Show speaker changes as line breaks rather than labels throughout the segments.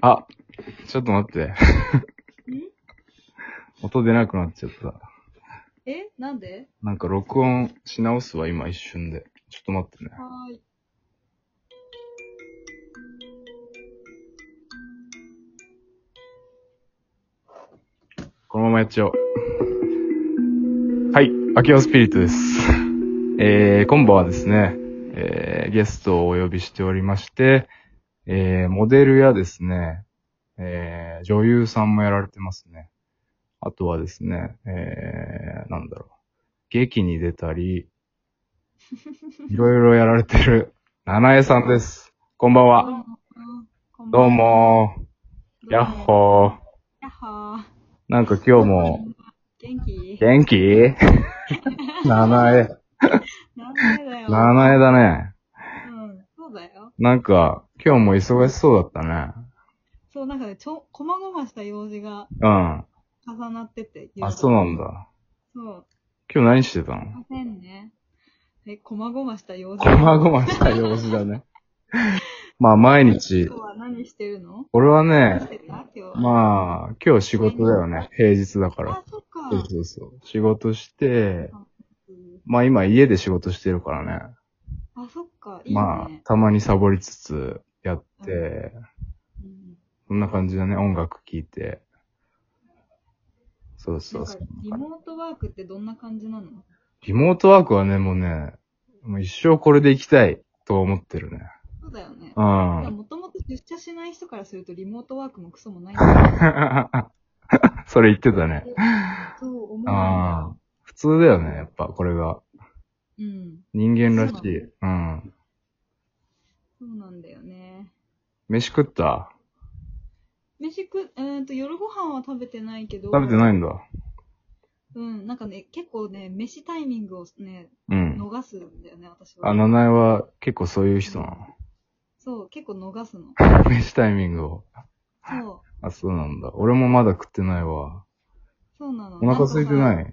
あ、ちょっと待って。音出なくなっちゃった。
えなんで
なんか録音し直すわ、今一瞬で。ちょっと待ってね。
はーい。
このままやっちゃおう。はい、秋葉スピリットです。えー、今晩はですね、えー、ゲストをお呼びしておりまして、えー、モデルやですね、えー、女優さんもやられてますね。あとはですね、えー、なんだろう。劇に出たり、いろいろやられてる、七重さんです。こんばんは。
こんばん
どう。も
はどうも
ー。やっほー。
やっほー。
なんか今日も、
元気
元気 七重。
なんでだよ。
七重だね。
うん。そうだよ。
なんか、今日も忙しそうだったね。
そう、なんかね、ちょ、こまごました用事が
う
重なってて。
ん。あ、そうなん。だ。
そう。
今日何してたの
すいませんね。え、こまごました用事。
こまごました様子だ ね。まあ毎日
今日、は何してるの
俺は
何し
ね、
てた今日は。
まあ、今日仕事だよね。平日だから
あ。、そっか。
そうそうそう。仕事して、
うん
まあ今家で仕事してるからね。
あ、そっか。いいね。
まあ、たまにサボりつつやって、
うん
そんな感じだね。音楽聴いて。そうそ
なん
う
か
そう。
リモートワークってどんな感じなの
リモートワークはね、もうね、もう一生これで行きたいと思ってるね。
そうだよね。
う
も
ん。
ともと出社しない人からするとリモートワークもクソもないんだ
それ言ってたね。
そう思う。
ああ。普通だよね、やっぱこれが。
うん。
人間らしい。
そう
うん。
そうなんだよね。
飯食った
飯食、えー、と、夜ご飯は食べてないけど。
食べてない
い
んだ。
うん。なんかね、結構ね、飯タイミングをね、
うん。
逃すんだよね、私は。
あ、七重は結構そういう人な
そう、結構 逃すの。
の。飯タイミングを。
そう。
あ、そうなんだ。俺もまだ食ってないわ。
そうなの。
お腹空いて
んか
な
さ
い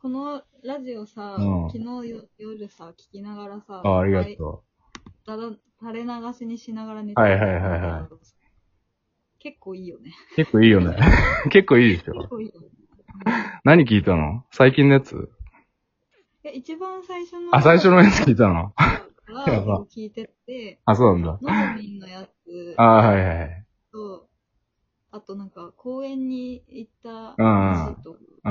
このラジオさ、
うん
昨日よ夜さ、聞きながらさ、
あ、ありがと
だだ垂れ流しにしながら寝。
はいはいはいはい
結構いいよ ね。
う。結構いいよね。結構いいでし
結
ょ。
構いいよね。
何聞いたの最近のやつ
いや、一番最初の。
あ、最初のやつ聞いたの
か
や
ら
ば
聞いてて、
あ、そうなんだ。
ノーミンのやつ
あーはいはいはい。
と、あとなんか公園に行っ
うん
た話と、
うんうんうん。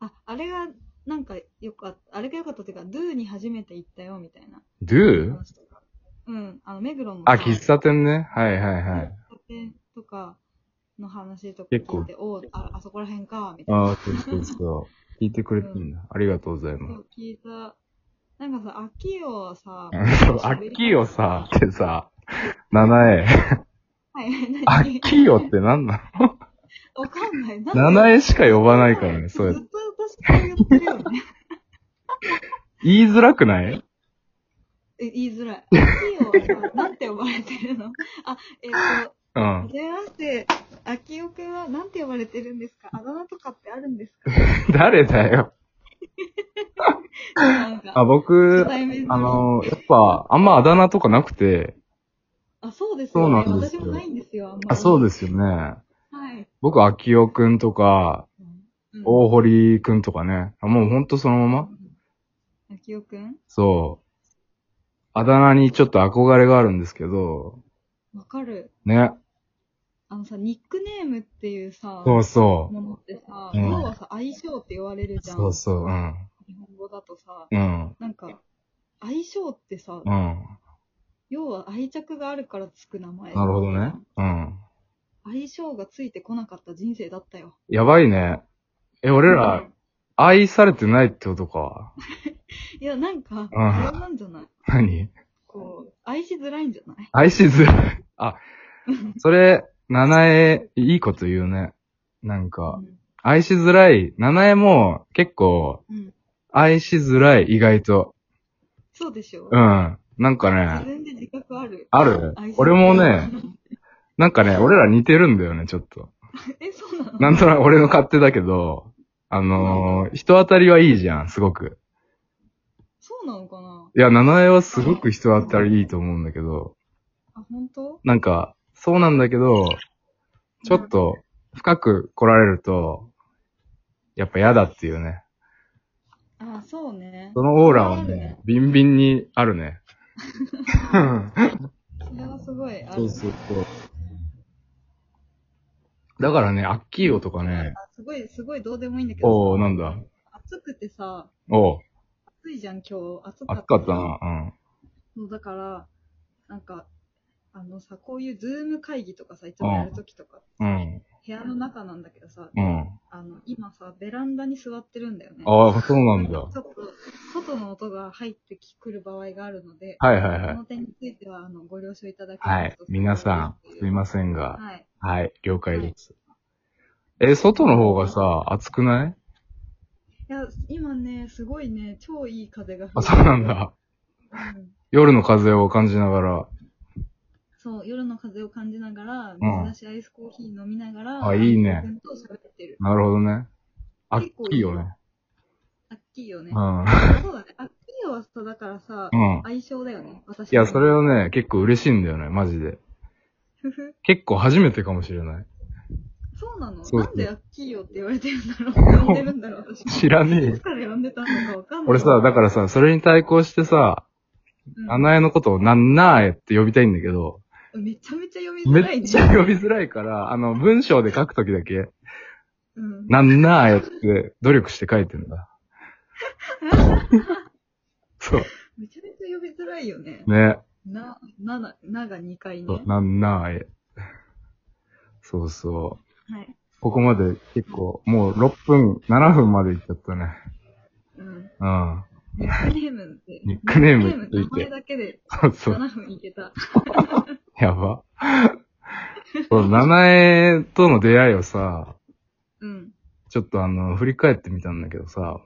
あ、あれがなんかよかった、あれがよかったっていうか、ドゥに初めて行ったよみたいな
do?
話とか。うん、あの、目黒の。
あ、喫茶店ね。はいはいはい。
喫茶店とかの話とか
結構
聞いて、おうあ、あそこら辺か、みたいな。
ああ、そうそうそう。聞いてくれてんだ。ありがとうござい
そ
ます。
う聞いた。なんかさ、秋をさ、
あっきーよさ、ってさ、七重。
はい、何
あっきーよってなんなの
わかんない。
七
円
重しか呼ばないからね、そうやっ
ず
て
っと私から言ってるよね。
言いづらくない
え言いづらい。秋を、なんて呼ばれてるのあ、えっ、と、
うん
は。じめまして、秋代くんはなんて呼ばれてるんですかあだ名とかってあるんですか
誰だよ。
なんか
あ、僕
初、対面
あの、やっぱ、あんまあだ名とかなくて、
あ、そうですよ、ね。
そうなんですよ
私もないんですよ、あんまり。
あ、そう
で
ですよね。
す。はい。
僕、秋代くんとか、
うん
大堀くんとかね。あもうほんとそのまま
秋代くん
そう。あだ名にちょっと憧れがあるんですけど、
わかる。
ね。
あのさ、ニックネームっていうさ、
そうそ
ものってさ、
うん
要はさ、相性って言われる
う。
じゃん。
そうそう、うん。
日本語だとさ、
うん。
なんか、相性ってさ、
うん。
要は愛着があるからつく名前。
なるほどね。うん。
相性がついてこなかった人生だったよ。
やばいね。え、俺ら、愛されてないってことか。
いや、なんか、
うん
あれなんじゃない
何
こう、愛しづらいんじゃない
愛しづらい。 あ、それ、七重、いいこと言うね。なんか、愛しづらい。七重も、結構、
うん。うん
愛しづらい、意外と。
そうでしょ
う。ん。なんか
自
ね、
分で自覚ある。
ある
愛しづら
俺
い
もね、なんかね、俺ら似てるんだよね、ちょっと。
え、そうなの
なんとなく俺の勝手だけど、あのー、人当たりはいいじゃん、すごく。
そうなのかない
や、七重はすごく人当たりいいと思うんだけど、
あ、本当
なんか、そうなんだけど、ちょっと深く来られると、やっぱ嫌だっていうね。
あ、そうね。
そのオーラは
それはある
ね
ね、
ビンビンにある ね。
それはすごいある。
そうそうそう。だからね、アッキーヨとかね、
あすごい、すごいどうでもいいんだけどさ。
おー、なんだ。
暑くてさ、
おう、
暑いじゃん、今日。暑
暑かったな。うん。
そうだから、なんか、あのさ、こういうズーム会議とかさ、いつもやるときとか、
うん。
部屋の中なんだけどさ、
うん。
あの、今さ、ベランダに座ってるんだよね。
ああ、そうなんだ。
ちょっと、外の音が入ってくる場合があるので、
はいはいは
こ
い。
の点については、あの、ご了承いただけ
は
ま
い
すと。
皆さん、すいませんが。
はい。
はい、了解です。え、外の方がさ、暑くない
いや、今ね、すごいね、超いい風が吹
あ、
いて
そうなんだ。
うん
夜の風を感じながら。
そう、夜の風を感じながら、
ん
水出しアイスコーヒー飲みながら、
あいいね
安藤君と喋ってる。
なるほどね。あっ
結構
きいよね。
アッキーよね
う。ん。
そうだね。アッキーはさ、だからさ、
うん。
相性だよね、私。
いや、それ。はね、結構嬉しいんだよね、マジで。
ふふ。
結構初めてかもしれない。
そうなの
そう
なんでアッキーよって言われてるんだろう呼んでるんだ ろう私。
知らねえ
い
よ
つ。から呼んでたのかわかんない。
俺さ、だからさ、それに対抗してさ、
うん
ナナエのことをなんなーえって呼びたいんだけど、
めちゃめちゃ読み
め
づらい
っ
ね
ち。ゃ呼びづらいから、あの、文章で書くときだけ、
うん。
なんなーえって努力して書いてんだ。そう。
めちゃめちゃ呼びづらいよね。
ね。
な、な、ななが2回
そう
ね。
なんなーえ。そうそう。
はい。
ここまで結構、もう6分、7分までいっちゃったね。
う
う
ん。
ん。
ニックネームって。
ニックネーム
ニ
つい
ッ
て
クネーム名前だけで
そうそう。
7分いけた。
やば。そう、七重との出会いをさ、
うん。
ちょっとあの、振り返ってみたんだけどさ、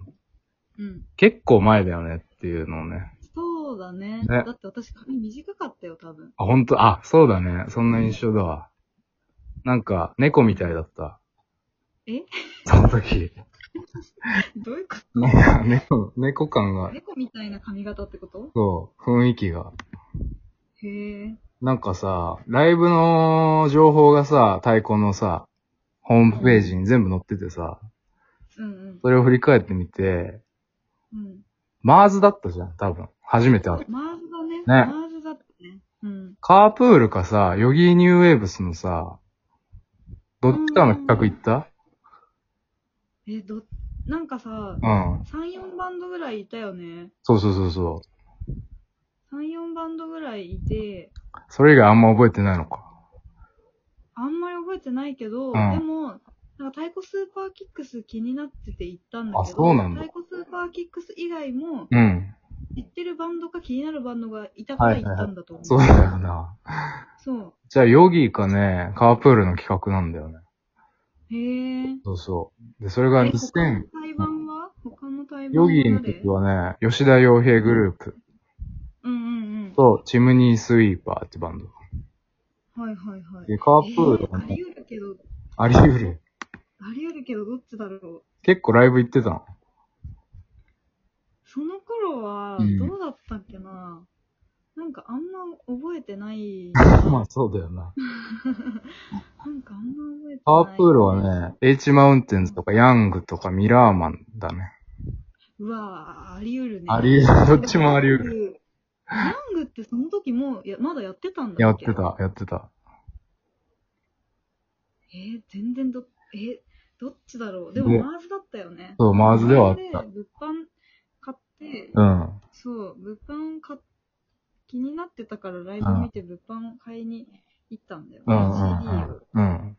うん。
結構前だよねっていうのをね。
そうだね。
ね
だって私髪短かったよ、多分。
あ、ほんと、あ、そうだね。そんな印象だわ。なんか、猫みたいだった。
え
その時。
どういうこ
なんか、猫、猫感
と
が、
猫みたいな髪型ってこと
そう、雰囲気が。
へえ。
なんかさ、ライブの情報がさ、太鼓のさ、ホームページに全部載っててさ、
うん
それを振り返ってみて、
うん。うん。
マーズだったじゃん、多分。初めて会った。
マーズだね。マーズだったね。うん。
カープールかさ、ヨギーニューウェーブスのさ、どっちかの企画行った
え、ど、なんかさ、
うん。
3、4バンドぐらいいたよね。
そうそうそうそ
3、4バンドぐらいいて、
う。それ以外あんま覚えてないのか。
あんまり覚えてないけど、
ん
でも、なんか太鼓スーパーキックス気になってて行ったんだけど、
あそうなんだ
太鼓スーパーキックス以外も、
うん。
知ってるバンドか気になるバンドがいたから行ったんだと思う。
そうだよな。
そう。
じゃあ、ヨギーかね、カープールの企画なんだよね。
へえ。
そうそう。で、それが
え他
2000
の、対バンは他の対バン
ヨ
は
ギーの
誰
時はね、吉田洋平グループ
うんうん
と、チムニースイーパーってバンド。
うん。はいはいはい。
で、カープール
え
は
ーあ
ね、
り得るけど、
あり得る。
あり得るけど、どっちだろう。
結構ライブ行ってたの。
その頃は
う、ん
どうだったっけな、なんかあんま覚えてない。
まあ、そうだよな。
なんかあんま覚えてない。
カープールはね、H マウンテンズとかヤングとかミラーマンだね。
うわぁ、あり得るね。
あり得る。どっちもあり得る。
る。ヤングってその時もうやまだやってたんだっけ
やって。た、やってた。
えー、全然ど、えーどっちだろう。で
ね
も、マーズだったよね。
そう、マーズではあっ
マ
た
ー。ズで物販買って、
うん。
そう、物販買っ気になってたからライブ見て物販を買いに行ったんだよ。
うん、
CD を
うん、うん。うん。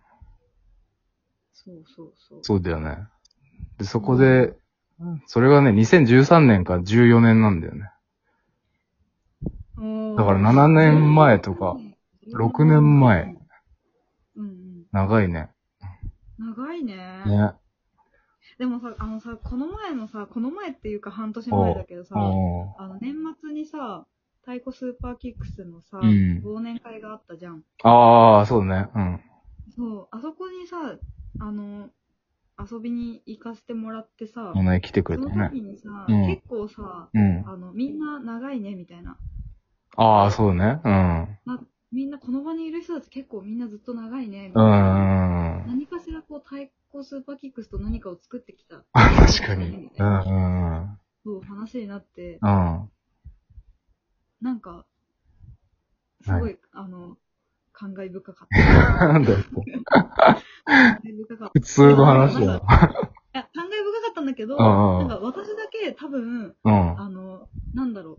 そうそうそう。
そうだよね。で、そこで、それがね、2013年か14年なんだよね。
おー
だから7年前とか、6年前。
うんうん。
長いね。
長いね。
ね。
でもさ、あのさ、この前のさ、この前っていうか半年前だけどさ、
おー
あの年末にさ、太鼓スーパーキックスのさ、
うん
忘年会があったじゃん。
ああ、そうだね。うん。
そう、あそこにさ、あの、遊びに行かせてもらってさ、
お前来てくれ
そ
た
の
ね。
時にさ、
うん
結構さ、
うん。
あの、みんな長いね、みたいな。
ああ、そうね。うん。
なみんなこの場にいる人たち結構みんなずっと長いね。み
う
たいなん
うんうん。
何かしらこう対抗スーパーキックスと何かを作ってきた。
確かに。う
うんん
うんうん。
そう話になって、
うん。
なんか、すごい、
は
あの、感慨 深かった。
なんだよ、こ う
感慨深かった。
普通の話だよ。
いや、感慨深かったんだけど、
うんうんう
なんんか私だけ多分、
うん。
あの、なんだろ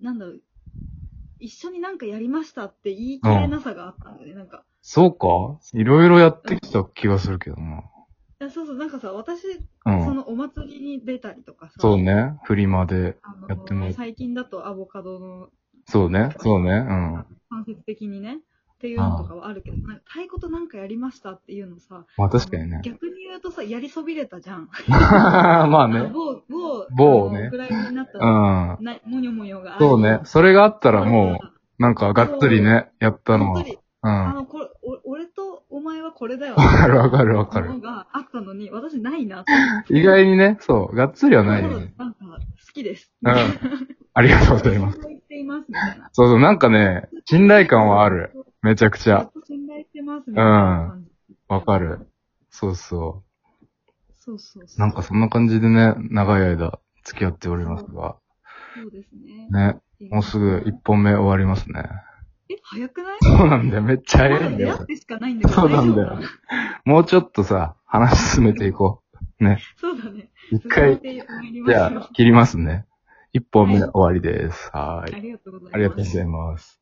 う。なんだろう。一緒になんかやりましたって言い切れなさがあったんだよね、なんか。
そうかいろいろやってきた気がするけどな。
いやそうそう、なんかさ、私、
う
そ
ん。
のお祭りに出たりとかさ、
そうね。フリマで。
あの
やってもらう
最近だとアボカドの
そうね。そうね。うん。
間接的にね、っていうのとかはあるけど、なんか太鼓となんかやりましたっていうのさ、
まあ確か にね。
逆に言うとさ、やりそびれたじゃん。
まあね。
某、某、
某ね
あのウクライナになった
う
ら、
ん。
なもにょもにょがある
そうね。。それがあった
だ
らもう、なんかがっつりね、やったの
本
は
当。に
うん。
あ
わ
の、これ、お俺とお前はこれだよ。
かるわかるわか
も
る。
のがあったのに、私ないな。
意外にね、そう、がっつりはないよね。
なんか、好きです。
うん。ありがとうございます。
信頼しています、みたいな。
そうそう、なんかね、信頼感はある。。めちゃくち
ず
ゃ
っ。と信頼してます、みたいな感じ。
わかる。そうそ
そうそうそう
う。なんかそんな感じでね、長い間付き合っておりますが。
そうですね。
ね、もうすぐ1本目終わりますね。
え、早くない
そうなんだよ、めっちゃ
ま
早
だ
いんだ
出会
よ
っ。てしかないんだけど。
そうなんだよ
大丈夫か
もうちょっとさ、話進めていこ
そうだね。
う。一回、
続けてまいりま
じ
しょう
ゃあ、切りますね。1本目終わりです。はーい。
ありがとうございます。
ありがとうございます。